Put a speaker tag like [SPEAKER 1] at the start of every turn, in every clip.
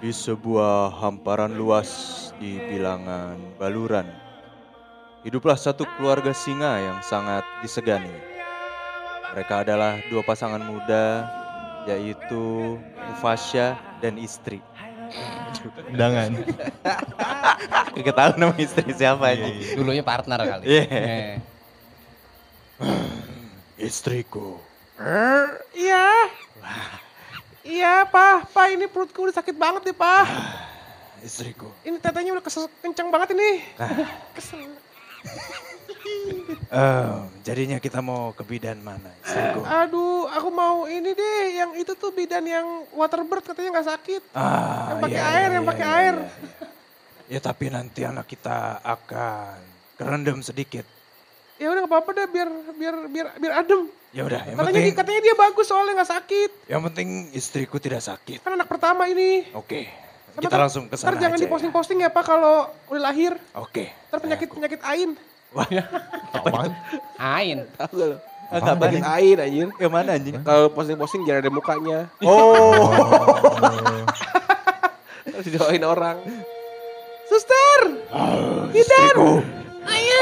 [SPEAKER 1] di sebuah hamparan luas di bilangan Baluran. Hiduplah satu keluarga singa yang sangat disegani. Mereka adalah dua pasangan muda, yaitu Mufasya dan istri.
[SPEAKER 2] Undangan.
[SPEAKER 1] Gak tahu nama istri siapa aja.
[SPEAKER 3] Dulunya partner kali.
[SPEAKER 1] Iya.
[SPEAKER 3] Eh,
[SPEAKER 1] Istriku.
[SPEAKER 4] Iya. Iya, Pak. Pak, ini perutku udah sakit banget nih, Pak.
[SPEAKER 1] Istriku.
[SPEAKER 4] Ini tetenya udah kesel, kenceng banget ini.
[SPEAKER 1] Ah.
[SPEAKER 4] Kesel.
[SPEAKER 1] jadinya kita mau ke bidan mana, istriku?
[SPEAKER 4] Aduh, aku mau ini deh. Yang itu tuh bidan yang waterbird katanya nggak sakit.
[SPEAKER 1] Ah, iya.
[SPEAKER 4] Yang pakai air, yang pakai air.
[SPEAKER 1] Ya tapi nanti anak kita akan kerendam sedikit.
[SPEAKER 4] Ya udah nggak apa-apa deh, biar biar biar biar adem.
[SPEAKER 1] Ya udah, yang
[SPEAKER 4] katanya,
[SPEAKER 1] penting
[SPEAKER 4] dia, katanya dia bagus soalnya nggak sakit.
[SPEAKER 1] yang penting istriku tidak sakit.
[SPEAKER 4] Kan anak pertama ini.
[SPEAKER 1] Oke.
[SPEAKER 4] Sama
[SPEAKER 1] Kita
[SPEAKER 4] ter-
[SPEAKER 1] langsung ke sana
[SPEAKER 4] Ntar jangan
[SPEAKER 1] aja ya.
[SPEAKER 4] diposting-posting ya Pak kalau udah lahir.
[SPEAKER 1] Oke.
[SPEAKER 4] Ntar penyakit-penyakit ain.
[SPEAKER 2] Apaan?
[SPEAKER 3] Ain.
[SPEAKER 1] Enggak
[SPEAKER 4] Penyakit ain anjir.
[SPEAKER 1] Yang mana anjing?
[SPEAKER 4] Kalau posting-posting jangan ada mukanya.
[SPEAKER 1] Oh.
[SPEAKER 4] Harus didoain orang. Suster! Bidan!
[SPEAKER 1] Istriku,
[SPEAKER 4] Aduh!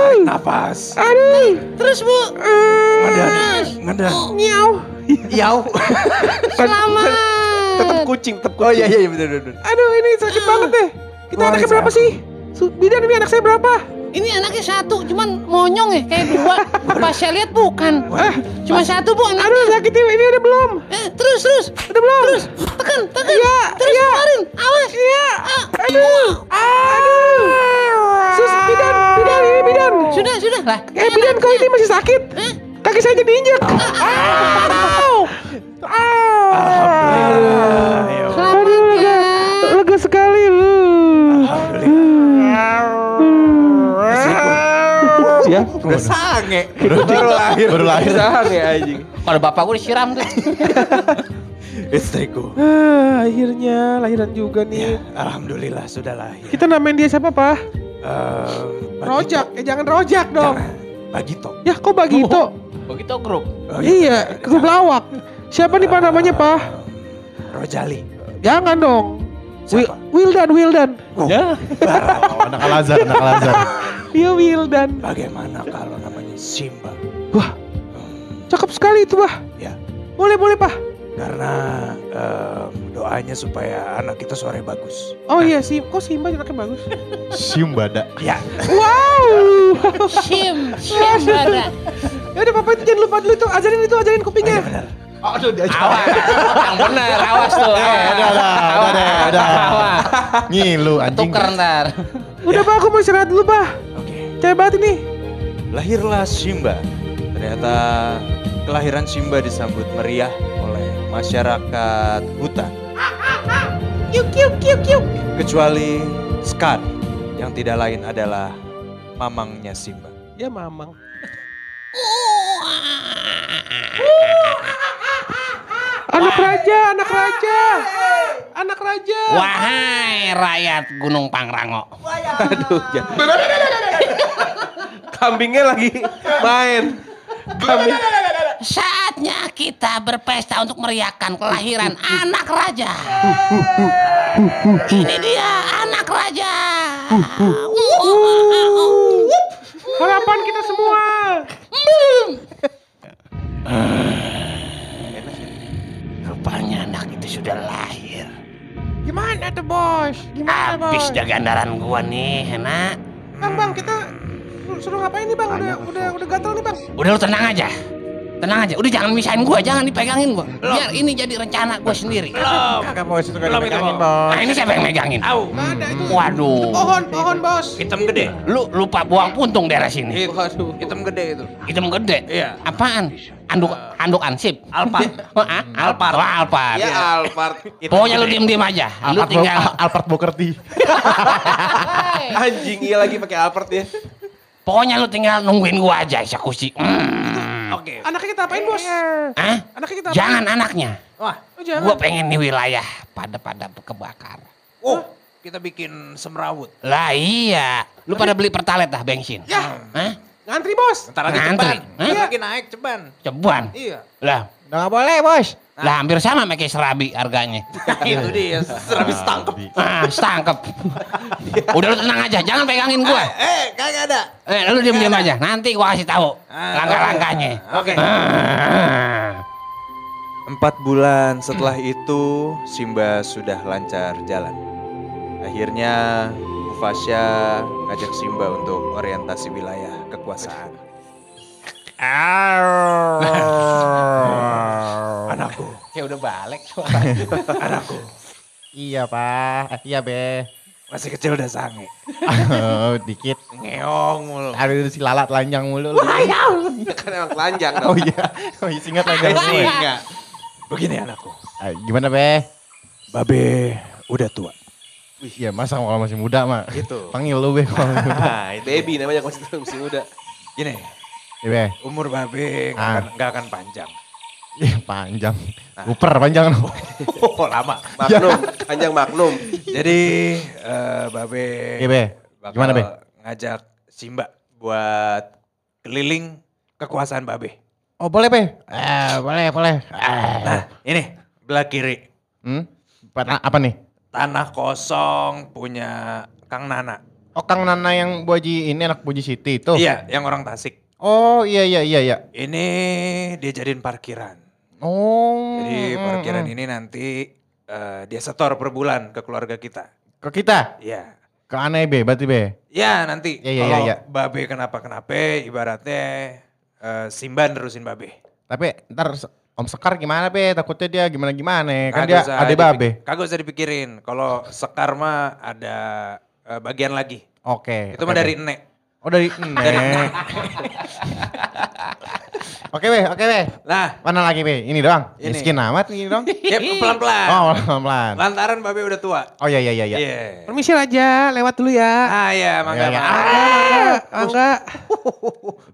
[SPEAKER 1] tarik napas.
[SPEAKER 4] Aduh! Terus Bu!
[SPEAKER 1] Ngedan, ngedan.
[SPEAKER 4] Miau!
[SPEAKER 1] Yau.
[SPEAKER 4] Kan, Selamat!
[SPEAKER 1] Tetap kucing, tetap kucing. Oh iya iya benar benar.
[SPEAKER 4] Aduh ini sakit banget deh. Kita
[SPEAKER 1] Waris
[SPEAKER 4] anaknya berapa
[SPEAKER 1] aku.
[SPEAKER 4] sih? Su- Bidan ini anak saya berapa?
[SPEAKER 5] Ini anaknya satu, cuman monyong ya, kayak dua. Pas saya lihat bukan. Cuma satu bu
[SPEAKER 4] Eh,
[SPEAKER 5] anak.
[SPEAKER 4] Aduh sakit ini, ini ada belum?
[SPEAKER 5] Eh, terus terus,
[SPEAKER 4] Ada belum?
[SPEAKER 5] terus, tekan, tekan.
[SPEAKER 4] Iya,
[SPEAKER 5] terus
[SPEAKER 4] iya.
[SPEAKER 5] kemarin, awas.
[SPEAKER 4] Iya!
[SPEAKER 5] Ah,
[SPEAKER 4] Aduh! Aduh! Sus, bidan, bidan, ini bidan!
[SPEAKER 5] Sudah sudah lah.
[SPEAKER 4] Eh bidan kau ini masih sakit?
[SPEAKER 5] Eh,
[SPEAKER 4] Kaki saya jadi injek! Au!
[SPEAKER 1] Alhamdulillah. Ya Allah.
[SPEAKER 5] selamat ya.
[SPEAKER 4] Lega sekali. Ah,
[SPEAKER 1] Istriku,
[SPEAKER 4] Ya,
[SPEAKER 1] udah sange. Baru lahir.
[SPEAKER 2] Baru lahir.
[SPEAKER 4] ya anjing.
[SPEAKER 3] Kalau bapak gue disiram tuh.
[SPEAKER 1] Istriku.
[SPEAKER 4] akhirnya lahiran juga nih.
[SPEAKER 1] Ya, alhamdulillah sudah lahir.
[SPEAKER 4] Kita namain dia siapa, Pak?
[SPEAKER 1] Ehm, Bagito.
[SPEAKER 4] Rojak. Eh jangan rojak dong.
[SPEAKER 1] Jangan. Bagito.
[SPEAKER 4] Ya, kok Bagito?
[SPEAKER 3] Begitu grup.
[SPEAKER 1] Oh,
[SPEAKER 4] Iya, grup lawak. Siapa nih Pak namanya, Pak?
[SPEAKER 1] Rojali.
[SPEAKER 4] Jangan dong. Wil
[SPEAKER 1] Siapa?
[SPEAKER 4] Wildan, Wildan.
[SPEAKER 2] Ya. Oh, anak Al-Azhar, anak Al-Azhar.
[SPEAKER 4] Iya, Wildan.
[SPEAKER 1] Bagaimana kalau namanya Simba?
[SPEAKER 4] Wah,
[SPEAKER 1] Hmm,
[SPEAKER 4] cakep sekali itu, Pak.
[SPEAKER 1] ya,
[SPEAKER 4] Boleh, boleh, Pak.
[SPEAKER 1] karena ehm, doanya supaya anak kita suaranya bagus.
[SPEAKER 4] Oh iya, Sim. Kok Simba anaknya bagus?
[SPEAKER 2] Simbada.
[SPEAKER 1] Ya,
[SPEAKER 4] Wow.
[SPEAKER 5] Sim, sim ada.
[SPEAKER 4] Ya udah papa itu jangan lupa dulu tuh ajarin itu ajarin
[SPEAKER 3] Oh,
[SPEAKER 4] kupingnya.
[SPEAKER 1] iya benar.
[SPEAKER 2] Aduh, dia
[SPEAKER 3] Awas. Yang bener, awas tuh. Eh, awas.
[SPEAKER 2] Ada Ya, lah, ada deh, ada.
[SPEAKER 3] Awas.
[SPEAKER 2] Ngilu anjing.
[SPEAKER 3] Tuker ntar.
[SPEAKER 4] Udah
[SPEAKER 3] Ya.
[SPEAKER 4] pak aku mau istirahat dulu pak.
[SPEAKER 1] Oke.
[SPEAKER 4] Capek banget ini.
[SPEAKER 1] Lahirlah Simba. Ternyata kelahiran Simba disambut meriah oleh masyarakat hutan.
[SPEAKER 4] Kiuk kiuk kiuk kiuk.
[SPEAKER 1] Kecuali Scar yang tidak lain adalah mamangnya Simba.
[SPEAKER 4] Ya mamang. Anak raja, anak raja, anak raja.
[SPEAKER 3] Wahai rakyat Gunung Pangrango.
[SPEAKER 1] ya.
[SPEAKER 4] Kambingnya lagi main. Kambing.
[SPEAKER 5] Saatnya kita berpesta untuk meriahkan kelahiran anak raja. Ini dia anak raja.
[SPEAKER 4] Harapan kita semua.
[SPEAKER 3] Hmm. Rupanya anak itu sudah lahir.
[SPEAKER 4] Gimana tuh bos? Gimana
[SPEAKER 3] Habis dah gandaran gua nih, enak.
[SPEAKER 4] Bang, bang kita suruh ngapain nih bang? Udah udah udah gatel nih bang.
[SPEAKER 3] Udah lu tenang aja. Tenang aja. Udah jangan misahin gua, jangan dipegangin gua. Biar ini jadi rencana gua sendiri.
[SPEAKER 2] Kagak mau itu kagak dipegangin,
[SPEAKER 3] Nah, ini siapa yang megangin?
[SPEAKER 4] Nggak ada itu.
[SPEAKER 3] Hmm. Waduh.
[SPEAKER 4] Pohon, pohon bos.
[SPEAKER 3] Hitam gede. Lu lupa buang puntung daerah sini.
[SPEAKER 4] Waduh, hitam gede itu.
[SPEAKER 3] Hitam gede. Apaan? Anduk anduk ansip. Alpar. Alpar. Wah, Alpar.
[SPEAKER 1] Iya, ah.
[SPEAKER 4] Alphard.
[SPEAKER 3] Pokoknya lu diem-diem aja. Lu
[SPEAKER 2] Alphard
[SPEAKER 3] tinggal
[SPEAKER 2] Bo- Alphard Bokerti.
[SPEAKER 4] Anjing iya lagi pakai Alphard ya.
[SPEAKER 3] pokoknya lu tinggal nungguin gua aja eksekusi. Hmm.
[SPEAKER 4] Oke. Anaknya kita apain bos?
[SPEAKER 3] Hah?
[SPEAKER 4] Anaknya kita apain?
[SPEAKER 3] Jangan anaknya.
[SPEAKER 4] Oh, jangan.
[SPEAKER 3] Gua pengen nih wilayah pada pada kebakar.
[SPEAKER 1] Oh, kita bikin semrawut.
[SPEAKER 3] Lah iya. Lu pada beli pertalite dah bensin.
[SPEAKER 4] Yah.
[SPEAKER 3] Hah?
[SPEAKER 4] Ngantri bos.
[SPEAKER 1] Ntar lagi
[SPEAKER 3] Ngantri.
[SPEAKER 1] ceban.
[SPEAKER 3] Hah?
[SPEAKER 1] Ntar lagi naik ceban.
[SPEAKER 3] Ceban.
[SPEAKER 1] Iya.
[SPEAKER 3] Lah,
[SPEAKER 2] Udah nggak boleh bos.
[SPEAKER 3] lah hampir sama sama kayak serabi harganya.
[SPEAKER 1] itu dia. Serabis tangkep.
[SPEAKER 3] Ah, setangkep. Udah lu tenang aja, jangan pegangin gua.
[SPEAKER 1] Eh, kagak ada.
[SPEAKER 3] Eh, lu diam-diam aja. Nanti gua kasih tahu
[SPEAKER 1] Ah,
[SPEAKER 3] langkah-langkahnya.
[SPEAKER 1] Oke.
[SPEAKER 3] Ah.
[SPEAKER 6] Empat bulan setelah itu, Simba sudah lancar jalan. Akhirnya, Mufasya ngajak Simba untuk orientasi wilayah kekuasaan.
[SPEAKER 3] Ya udah balik.
[SPEAKER 2] Iya pak. Iya be.
[SPEAKER 1] Masih kecil udah sange.
[SPEAKER 2] Oh, dikit.
[SPEAKER 1] Ngeong mulu.
[SPEAKER 2] Aduh si lalat telanjang mulu. lu.
[SPEAKER 4] Kan emang telanjang dong.
[SPEAKER 2] Oh iya. Oh iya singa telanjang mulu. ya.
[SPEAKER 1] Begini anakku.
[SPEAKER 2] Ah, Gimana be?
[SPEAKER 1] Babe udah tua.
[SPEAKER 2] Iya masa kalau masih muda mah.
[SPEAKER 1] Gitu.
[SPEAKER 2] Panggil lu be. kalau masih muda.
[SPEAKER 1] Nah, itu.
[SPEAKER 4] Baby namanya kalau masih masih muda.
[SPEAKER 1] Gini,
[SPEAKER 2] Iya be.
[SPEAKER 1] umur babe nggak
[SPEAKER 2] Ah.
[SPEAKER 1] akan, nggak akan panjang.
[SPEAKER 2] Ih, panjang.
[SPEAKER 4] Nah.
[SPEAKER 2] Uper panjang.
[SPEAKER 1] Oh, lama.
[SPEAKER 4] Maklum, panjang maklum.
[SPEAKER 1] Jadi eh, babe
[SPEAKER 2] Iya be.
[SPEAKER 1] bakal
[SPEAKER 2] Gimana be?
[SPEAKER 1] ngajak Simba buat keliling kekuasaan babe.
[SPEAKER 2] Oh boleh be? Eh boleh boleh. Eh.
[SPEAKER 1] Nah, ini belah kiri
[SPEAKER 2] Hmm? Apa, apa nih?
[SPEAKER 1] tanah kosong punya Kang Nana.
[SPEAKER 2] Oh Kang Nana yang Bu Haji ini anak Bu Haji Siti itu?
[SPEAKER 1] Iya, yang orang Tasik.
[SPEAKER 2] Oh iya iya iya iya.
[SPEAKER 1] Ini dia jadiin parkiran.
[SPEAKER 2] Oh.
[SPEAKER 1] Jadi
[SPEAKER 2] mm,
[SPEAKER 1] parkiran
[SPEAKER 2] mm.
[SPEAKER 1] ini nanti eh, dia setor per bulan ke keluarga kita.
[SPEAKER 2] Ke kita?
[SPEAKER 1] Iya.
[SPEAKER 2] Ke aneh be berarti be?
[SPEAKER 1] Ya nanti
[SPEAKER 2] Ya, ya, ya,
[SPEAKER 1] kalau
[SPEAKER 2] ya.
[SPEAKER 1] babe kenapa-kenapa ibaratnya eh, Simba nerusin babe.
[SPEAKER 2] Tapi ntar se- Om Sekar gimana be? Takutnya dia gimana-gimana. Kan
[SPEAKER 1] Kagak
[SPEAKER 2] dia
[SPEAKER 1] usah
[SPEAKER 2] ade
[SPEAKER 1] dipik-
[SPEAKER 2] babe.
[SPEAKER 1] Kagak usah dipikirin. Kalau Sekar mah ada eh, bagian lagi.
[SPEAKER 2] Oke.
[SPEAKER 1] Itu mah
[SPEAKER 2] Ya, oke,
[SPEAKER 1] dari
[SPEAKER 2] Be.
[SPEAKER 1] Nek.
[SPEAKER 2] Oh dari Nek. Oke be, oke be.
[SPEAKER 1] Nah,
[SPEAKER 2] Mana lagi be? Ini doang.
[SPEAKER 1] Ini.
[SPEAKER 2] Miskin amat ini doang.
[SPEAKER 1] ya pelan-pelan.
[SPEAKER 2] Oh pelan-pelan.
[SPEAKER 1] Lantaran babe udah tua.
[SPEAKER 2] Oh iya iya iya. iya.
[SPEAKER 1] Iya.
[SPEAKER 4] Permisi aja, lewat dulu ya.
[SPEAKER 1] Ah ya, mangga
[SPEAKER 2] Iya, iya.
[SPEAKER 1] mangga.
[SPEAKER 4] Mangga.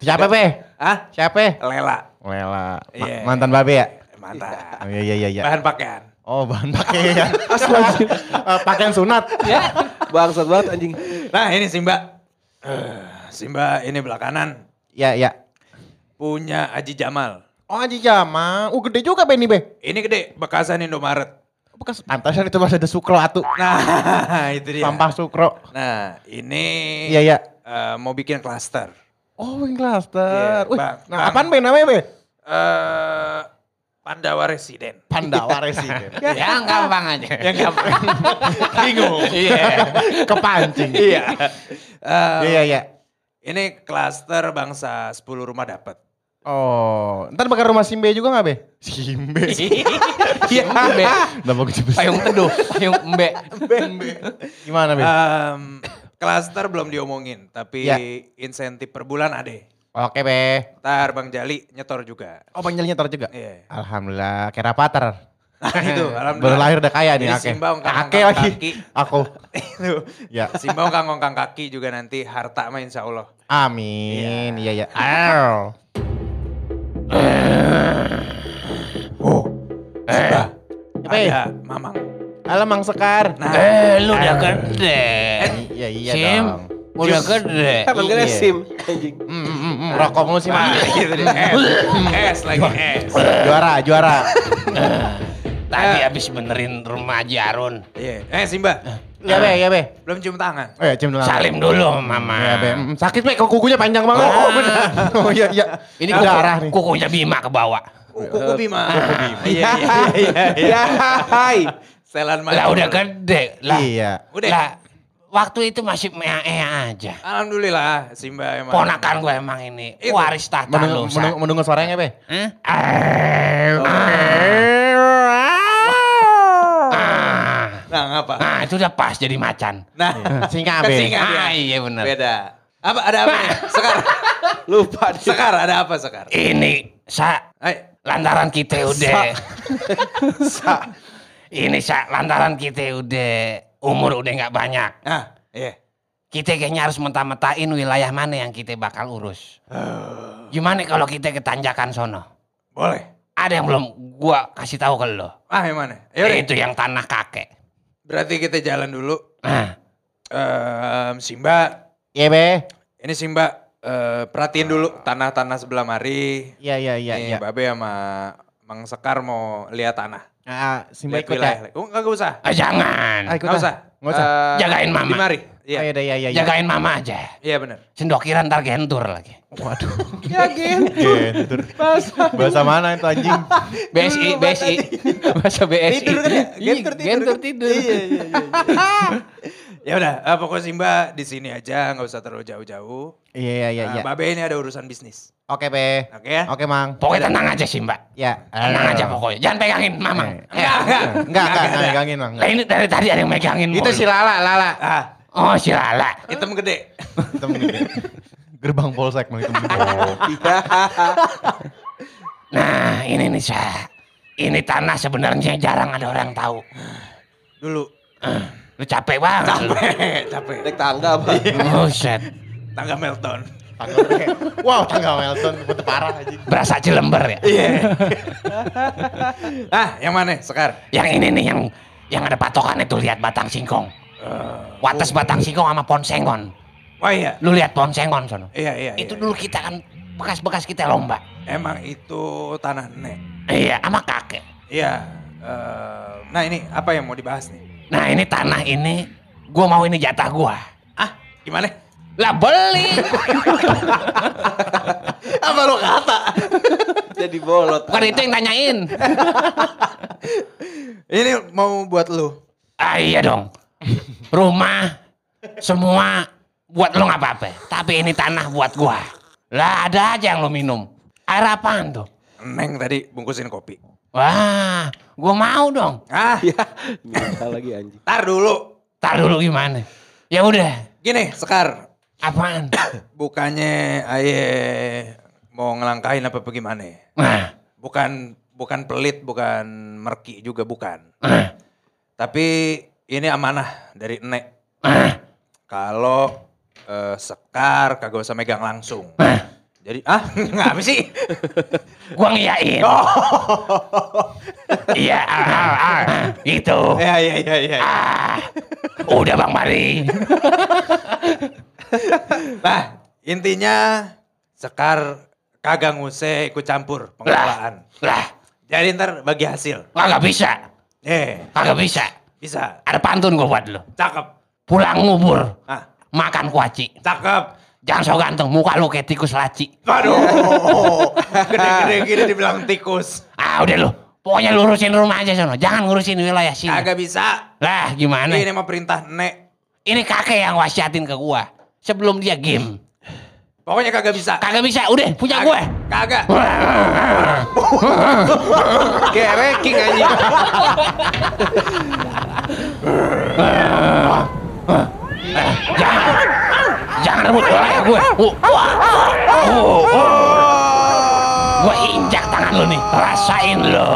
[SPEAKER 2] Siapa be?
[SPEAKER 1] Ah,
[SPEAKER 2] Siapa?
[SPEAKER 1] Lela.
[SPEAKER 2] Lela. Ma-
[SPEAKER 1] Iya.
[SPEAKER 2] Mantan babe ya?
[SPEAKER 1] Mantap.
[SPEAKER 2] Oh iya iya iya. iya.
[SPEAKER 1] Bahan pakaian.
[SPEAKER 2] Oh bahan pakaian. Eh, pakaian sunat.
[SPEAKER 1] Ya.
[SPEAKER 4] Bangsat banget anjing.
[SPEAKER 1] Nah ini Simba. Eh, Simba ini belakangan
[SPEAKER 2] Ya ya.
[SPEAKER 1] punya Haji Jamal.
[SPEAKER 2] Oh Haji Jama. Uh gede juga Benny be.
[SPEAKER 1] Ini gede, bekasan Indomaret.
[SPEAKER 2] Bekas pantasan itu masih ada sukro atuh.
[SPEAKER 1] Nah itu dia.
[SPEAKER 2] Sampah sukro.
[SPEAKER 1] Nah ini
[SPEAKER 2] Iya iya.
[SPEAKER 1] eh, mau bikin klaster.
[SPEAKER 2] Oh wing cluster.
[SPEAKER 1] Iya,
[SPEAKER 2] Wih,
[SPEAKER 1] Bang.
[SPEAKER 2] nah
[SPEAKER 1] Bang.
[SPEAKER 2] apaan be namanya be?
[SPEAKER 1] eh Pandawa Residen. Iya.
[SPEAKER 2] Pandawa Residen.
[SPEAKER 3] Yang gampang aja. Yang gampang.
[SPEAKER 1] Bingung. Iya.
[SPEAKER 2] Kepancing.
[SPEAKER 1] Iya.
[SPEAKER 2] Iya,
[SPEAKER 1] Eh,
[SPEAKER 2] Iya iya.
[SPEAKER 1] Ini klaster bangsa 10 rumah dapat.
[SPEAKER 2] Oh, ntar bakal rumah Simbe juga gak be? Simbe.
[SPEAKER 3] Iya, Mbe.
[SPEAKER 2] Udah bagus besar.
[SPEAKER 3] Payung teduh, payung Mbe.
[SPEAKER 2] Gimana be?
[SPEAKER 1] Eh. Em, klaster belum diomongin, tapi
[SPEAKER 2] Iya.
[SPEAKER 1] insentif per bulan ada.
[SPEAKER 2] Oke be.
[SPEAKER 1] Ntar Bang Jali nyetor juga.
[SPEAKER 2] Oh panjangnya tar juga.
[SPEAKER 1] Iya.
[SPEAKER 2] Alhamdulillah, kira pater.
[SPEAKER 1] Nah, itu, alhamdulillah.
[SPEAKER 2] Baru lahir udah kaya nih,
[SPEAKER 1] Jadi
[SPEAKER 2] oke.
[SPEAKER 1] Simba ongkang-
[SPEAKER 2] Oke
[SPEAKER 1] ongkang
[SPEAKER 2] lagi.
[SPEAKER 1] kaki.
[SPEAKER 2] Aku.
[SPEAKER 1] itu.
[SPEAKER 2] Ya.
[SPEAKER 1] Simba ongkang-ongkang kaki juga nanti harta mah insya Allah.
[SPEAKER 2] Amin. Iya ya. Arr.
[SPEAKER 1] Simba,
[SPEAKER 2] Eh. Apa ya?
[SPEAKER 1] ada mamang.
[SPEAKER 2] Halo Mang Sekar.
[SPEAKER 1] Nah,
[SPEAKER 3] Eh, lu udah gede.
[SPEAKER 2] Iya iya
[SPEAKER 3] Eh, Sim,
[SPEAKER 2] dong.
[SPEAKER 3] udah gede.
[SPEAKER 1] Eh,
[SPEAKER 4] Kan manggilnya
[SPEAKER 2] Iya.
[SPEAKER 4] Sim anjing.
[SPEAKER 2] Mm, mm, mm, mm, Rokok mulu sih Mang.
[SPEAKER 1] gitu deh.
[SPEAKER 2] Eh.
[SPEAKER 1] Es, es lagi es.
[SPEAKER 2] Juara, juara.
[SPEAKER 3] Tadi habis benerin rumah Haji Arun.
[SPEAKER 1] Iya. Eh Simba,
[SPEAKER 2] Iya be, iya be.
[SPEAKER 1] belum cium tangan.
[SPEAKER 2] Oh ya, cium dulu.
[SPEAKER 3] Salim dulu, Mama.
[SPEAKER 2] Iya be. Mm, Sakit be, kok kukunya panjang banget.
[SPEAKER 3] Oh,
[SPEAKER 2] benar. Oh iya iya.
[SPEAKER 3] Ini
[SPEAKER 2] udah arah
[SPEAKER 3] kuku,
[SPEAKER 2] nih.
[SPEAKER 3] kukunya Bima ke bawah.
[SPEAKER 1] Kuku Bima. Iya, iya, iya, iya.
[SPEAKER 4] Hai.
[SPEAKER 1] Selan maju.
[SPEAKER 3] Lah udah gede. Lah,
[SPEAKER 2] Iya.
[SPEAKER 1] Udah.
[SPEAKER 3] lah, waktu itu masih mea-ea aja.
[SPEAKER 1] Alhamdulillah Simba emang.
[SPEAKER 3] Ponakan gue emang ini.
[SPEAKER 1] Itu.
[SPEAKER 3] Waris tahta lu, Sa.
[SPEAKER 2] Menunggu,
[SPEAKER 3] Eh,
[SPEAKER 2] menunggu, menunggu suaranya be.
[SPEAKER 3] Hah?
[SPEAKER 2] Oh.
[SPEAKER 3] eh.
[SPEAKER 1] Nah ngapa?
[SPEAKER 3] Nah, itu udah pas jadi macan.
[SPEAKER 1] Nah,
[SPEAKER 2] Singa
[SPEAKER 1] kan
[SPEAKER 2] be.
[SPEAKER 1] singa dia.
[SPEAKER 3] Ah, iya bener.
[SPEAKER 1] Beda. Apa ada apa nih? Sekar.
[SPEAKER 4] Lupa dia.
[SPEAKER 1] Sekar ada apa Sekar?
[SPEAKER 3] Ini, Sa,
[SPEAKER 1] Hai.
[SPEAKER 3] lantaran kita udah. Ini, Sa, lantaran kita udah umur udah nggak banyak.
[SPEAKER 1] Nah, iya.
[SPEAKER 3] Kita kayaknya harus mentah-mentahin wilayah mana yang kita bakal urus. Gimana kalau kita ketanjakan sono?
[SPEAKER 1] Boleh.
[SPEAKER 3] Ada yang belum gua kasih tahu ke lo.
[SPEAKER 1] Ah, yang mana? Yaudah.
[SPEAKER 3] Itu yang tanah kakek.
[SPEAKER 1] Berarti kita jalan dulu.
[SPEAKER 3] Nah,
[SPEAKER 1] Em, Simba,
[SPEAKER 2] Iya be.
[SPEAKER 1] ini Simba eh eh, perhatiin dulu tanah-tanah sebelah mari.
[SPEAKER 2] Iya, iya, Ah. iya,
[SPEAKER 1] Nih,
[SPEAKER 2] iya.
[SPEAKER 1] Babe sama Mang Sekar mau lihat tanah.
[SPEAKER 2] Ah, Simba
[SPEAKER 1] Lihat
[SPEAKER 2] ikut ya.
[SPEAKER 1] wilayah. Oh, enggak usah.
[SPEAKER 3] Ah, jangan.
[SPEAKER 2] Ah, ikut
[SPEAKER 1] Enggak
[SPEAKER 2] ah.
[SPEAKER 1] usah.
[SPEAKER 2] Nggak usah.
[SPEAKER 1] Eh,
[SPEAKER 3] Jagain mama.
[SPEAKER 1] Di mari. Iya.
[SPEAKER 2] Oh, iya, iya, iya, iya.
[SPEAKER 3] Jagain mama aja.
[SPEAKER 1] Iya benar.
[SPEAKER 3] Sendokiran ntar gentur lagi.
[SPEAKER 4] Ya gen.
[SPEAKER 2] Gentur.
[SPEAKER 4] Bahasa.
[SPEAKER 2] Iya, Bahasa mana itu anjing?
[SPEAKER 3] BSI, BSI. Masa BSI.
[SPEAKER 1] Tidur kan ya?
[SPEAKER 3] Iya,
[SPEAKER 1] Gentur tidur
[SPEAKER 3] Gentur
[SPEAKER 1] kan?
[SPEAKER 3] tidur.
[SPEAKER 1] Iya, iya, iya. Ya udah, eh, pokoknya Simba di sini aja, nggak usah terlalu jauh-jauh.
[SPEAKER 2] Iya, iya, iya,
[SPEAKER 1] Nah,
[SPEAKER 2] iya.
[SPEAKER 1] Babe ini ada urusan bisnis.
[SPEAKER 2] Oke, Pe.
[SPEAKER 1] Oke ya?
[SPEAKER 2] Oke, Mang.
[SPEAKER 3] Pokoknya tenang aja sih mbak.
[SPEAKER 2] Ya.
[SPEAKER 3] Tenang
[SPEAKER 1] Iya.
[SPEAKER 3] aja pokoknya. Jangan pegangin mamang.
[SPEAKER 1] Enggak, enggak.
[SPEAKER 2] Enggak, enggak, enggak megangin, Mang.
[SPEAKER 3] Lah ini dari tadi ada yang megangin.
[SPEAKER 1] Itu
[SPEAKER 3] mulu.
[SPEAKER 1] si Lala, Lala. Ah,
[SPEAKER 3] Oh si Lala.
[SPEAKER 1] hitam gede.
[SPEAKER 2] Hitam gede. Gerbang polsek, Mang. Hitam gede.
[SPEAKER 3] Nah ini nih Sa. Ini tanah sebenarnya jarang ada orang tahu. Eh,
[SPEAKER 1] Dulu.
[SPEAKER 3] Lu capek banget. lu.
[SPEAKER 1] Eh, capek.
[SPEAKER 6] Naik tangga apa?
[SPEAKER 3] Buset.
[SPEAKER 1] Tangga Melton.
[SPEAKER 2] Tangga gede. Wow, tangga Melton. Betul parah, anjing.
[SPEAKER 3] Berasa cilember ya.
[SPEAKER 1] Iya. Ah, yang mana Sekar?
[SPEAKER 3] Yang ini nih yang yang ada patokannya tuh lihat batang singkong.
[SPEAKER 1] Eh,
[SPEAKER 3] Wates batang singkong sama pohon sengon.
[SPEAKER 1] Oh iya.
[SPEAKER 3] Lu lihat pohon sengon sono.
[SPEAKER 1] Iya, iya.
[SPEAKER 3] itu
[SPEAKER 1] iya.
[SPEAKER 3] dulu kita kan bekas-bekas kita lomba.
[SPEAKER 1] Emang itu tanah nek.
[SPEAKER 3] Iya, sama kakek.
[SPEAKER 1] Iya. eh, nah ini apa yang mau dibahas nih?
[SPEAKER 3] Nah ini tanah ini, gua mau ini jatah gua.
[SPEAKER 1] Ah, gimana?
[SPEAKER 3] Lah beli,
[SPEAKER 6] apa lo kata? Jadi bolot.
[SPEAKER 3] bukan itu yang tanyain.
[SPEAKER 1] Ini mau buat lu.
[SPEAKER 3] Ah iya dong, rumah semua buat lo nggak apa-apa. Tapi ini tanah buat gua. Lah ada aja yang lo minum. Air apaan tuh?
[SPEAKER 1] Neng tadi bungkusin kopi.
[SPEAKER 3] Wah, gua mau dong.
[SPEAKER 1] Ah,
[SPEAKER 4] Minta lagi anjing.
[SPEAKER 1] tar dulu.
[SPEAKER 3] Tar dulu gimana? Ya udah,
[SPEAKER 1] Gini, Sekar.
[SPEAKER 3] apaan?
[SPEAKER 1] Bukannya aye mau ngelangkain apa bagaimana? ya?
[SPEAKER 3] Nah,
[SPEAKER 1] Bukan bukan pelit, bukan merki juga bukan.
[SPEAKER 3] nah,
[SPEAKER 1] Tapi ini amanah dari Nek.
[SPEAKER 3] nah,
[SPEAKER 1] Kalau eh, Sekar kagak usah megang langsung.
[SPEAKER 3] nah.
[SPEAKER 1] Jadi ah nggak apa sih?
[SPEAKER 3] Gua ngiyain. Iya, ah, ah, ah, gitu.
[SPEAKER 1] Ya ya ya ya.
[SPEAKER 3] Ah, udah Bang Mari.
[SPEAKER 1] Nah intinya Sekar kagak nguse ikut campur
[SPEAKER 3] Lah,
[SPEAKER 1] pengelolaan.
[SPEAKER 3] lah,
[SPEAKER 1] Jadi ntar bagi hasil.
[SPEAKER 3] kagak bisa,
[SPEAKER 1] Eh
[SPEAKER 3] kagak bisa.
[SPEAKER 1] bisa.
[SPEAKER 3] Ada pantun gua buat lo.
[SPEAKER 1] Cakep.
[SPEAKER 3] Pulang ngubur,
[SPEAKER 1] Ah
[SPEAKER 3] makan kuaci.
[SPEAKER 1] cakep.
[SPEAKER 3] Jangan so ganteng, muka lu kayak tikus laci.
[SPEAKER 1] Waduh. Gede-gede gini dibilang tikus.
[SPEAKER 3] Ah, udah lo. Pokoknya lurusin rumah aja sono. Jangan ngurusin wilayah sini.
[SPEAKER 1] Kagak bisa.
[SPEAKER 3] Lah, gimana?
[SPEAKER 1] Ini mah perintah Nek.
[SPEAKER 3] Ini kakek yang wasiatin ke gua sebelum dia game.
[SPEAKER 1] Pokoknya kagak bisa.
[SPEAKER 3] Kagak bisa, udah punya
[SPEAKER 1] Kagak-
[SPEAKER 3] gue.
[SPEAKER 1] Kagak.
[SPEAKER 4] Gereking anjing.
[SPEAKER 3] Jangan, jangan rebut wilayah gue. Gua
[SPEAKER 1] Oh.
[SPEAKER 3] Gue injak tangan lu nih, rasain lu.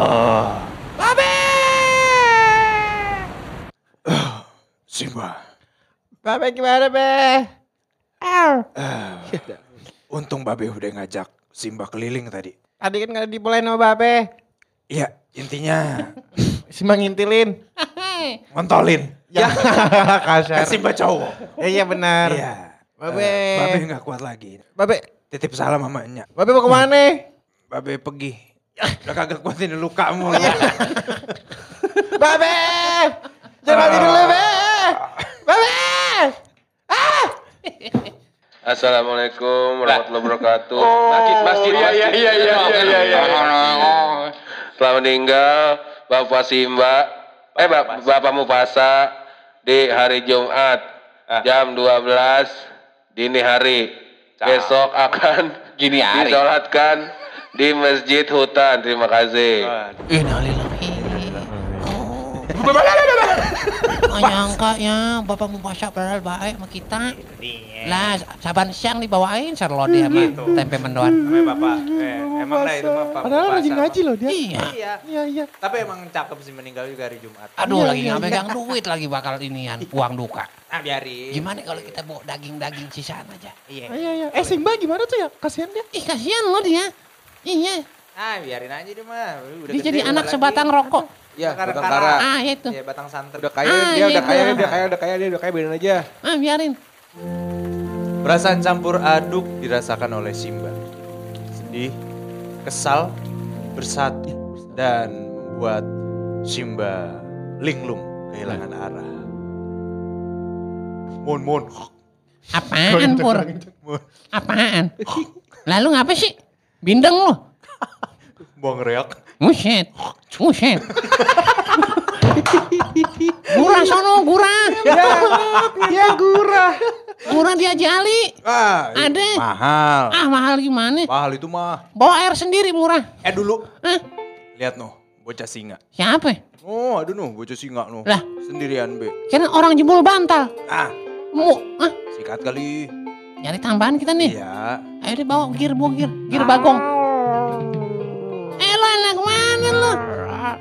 [SPEAKER 1] Simba.
[SPEAKER 2] Bapak gimana, Be?
[SPEAKER 1] Ah, Untung Babe udah ngajak Simba keliling tadi.
[SPEAKER 2] Tadi kan gak dibolehin sama Babe.
[SPEAKER 1] Iya, intinya
[SPEAKER 2] Simba ngintilin.
[SPEAKER 1] ngontolin.
[SPEAKER 2] Ya,
[SPEAKER 1] Kan
[SPEAKER 2] kasar.
[SPEAKER 1] Simba cowok.
[SPEAKER 2] Eh, Iya benar.
[SPEAKER 1] Iya.
[SPEAKER 2] Babe.
[SPEAKER 1] Eh, Babe nggak kuat lagi.
[SPEAKER 2] Babe,
[SPEAKER 1] Titip salam mamanya.
[SPEAKER 2] Babe mau kemana?
[SPEAKER 1] Babe pergi. Ya, Udah kagak kuat ini luka mulu. Iya.
[SPEAKER 2] Babe! Jangan mati dulu, Be! Babe!
[SPEAKER 7] Assalamualaikum warahmatullahi wabarakatuh. masjid, masjid, masjid. Oh, Iya, iya, iya, iya, iya, Selamat meninggal Bapak Simba, eh Bapak, Bapak Mufasa di hari Jumat jam 12 dini hari. Besok akan gini hari. disolatkan di Masjid Hutan. Terima kasih.
[SPEAKER 3] Innalillahi.
[SPEAKER 4] Oh.
[SPEAKER 3] Nyangka ya, bapak mau masak padahal baik sama kita. Lah, saban siang dibawain serlode sama
[SPEAKER 4] Hmm.
[SPEAKER 3] tempe mendoan.
[SPEAKER 1] Bapak. Eh, emang dah itu Bapak.
[SPEAKER 4] Padahal lagi
[SPEAKER 1] Bapak
[SPEAKER 4] ngaji loh dia.
[SPEAKER 3] Iya.
[SPEAKER 1] Iya.
[SPEAKER 4] Iya iya.
[SPEAKER 1] Tapi emang cakep sih meninggal juga hari Jumat.
[SPEAKER 3] Aduh,
[SPEAKER 4] Iya,
[SPEAKER 3] lagi
[SPEAKER 4] iya,
[SPEAKER 3] nggak megang duit lagi bakal inian uang duka.
[SPEAKER 1] Ah, biarin.
[SPEAKER 3] Gimana kalau kita bawa daging-daging sisaan aja?
[SPEAKER 1] Iya.
[SPEAKER 4] Iya iya. Eh Simba gimana tuh ya? Kasihan dia.
[SPEAKER 5] Ih kasihan lo dia. Iya,
[SPEAKER 1] Ah, biarin aja dia mah. Udah
[SPEAKER 5] dia
[SPEAKER 1] gede,
[SPEAKER 5] jadi
[SPEAKER 1] udah
[SPEAKER 5] anak
[SPEAKER 1] lagi.
[SPEAKER 5] sebatang rokok.
[SPEAKER 1] Iya,
[SPEAKER 6] Ya,
[SPEAKER 1] batang
[SPEAKER 6] batang
[SPEAKER 1] kara.
[SPEAKER 6] kara.
[SPEAKER 5] Ah itu.
[SPEAKER 1] Iya, batang santet.
[SPEAKER 4] Udah kaya
[SPEAKER 5] Ah,
[SPEAKER 4] dia, udah
[SPEAKER 5] iya.
[SPEAKER 4] kaya dia, udah kaya, udah kaya dia, udah kaya biarin aja.
[SPEAKER 5] Ah biarin.
[SPEAKER 6] Perasaan campur aduk dirasakan oleh Simba. Sedih, kesal, bersatu, dan membuat Simba linglung kehilangan arah. Mon, mon.
[SPEAKER 4] Iya.
[SPEAKER 5] Apaan Pur? Apaan? Lalu ngapa sih? Bindeng lu?
[SPEAKER 6] Buang reak.
[SPEAKER 5] Buset. Buset. Gurah sono, gurah.
[SPEAKER 4] Ya gurah.
[SPEAKER 5] Gurah dia jali.
[SPEAKER 1] Ah,
[SPEAKER 5] Ada.
[SPEAKER 1] mahal.
[SPEAKER 5] Ah mahal gimana?
[SPEAKER 1] Mahal itu mah.
[SPEAKER 5] Bawa air sendiri murah.
[SPEAKER 1] Eh dulu,
[SPEAKER 5] Hah?
[SPEAKER 1] lihat noh, bocah singa.
[SPEAKER 5] Siapa? ya?
[SPEAKER 1] Oh, aduh noh, bocah singa noh.
[SPEAKER 5] Lah.
[SPEAKER 1] Sendirian be.
[SPEAKER 5] Kira orang jebol bantal.
[SPEAKER 1] Ah,
[SPEAKER 5] Mu, ah,
[SPEAKER 1] sikat kali.
[SPEAKER 5] nyari tambahan kita nih.
[SPEAKER 1] Iya.
[SPEAKER 5] Ayo deh bawa gear, bawa gear, gear bagong. Eh lo anak mana lo?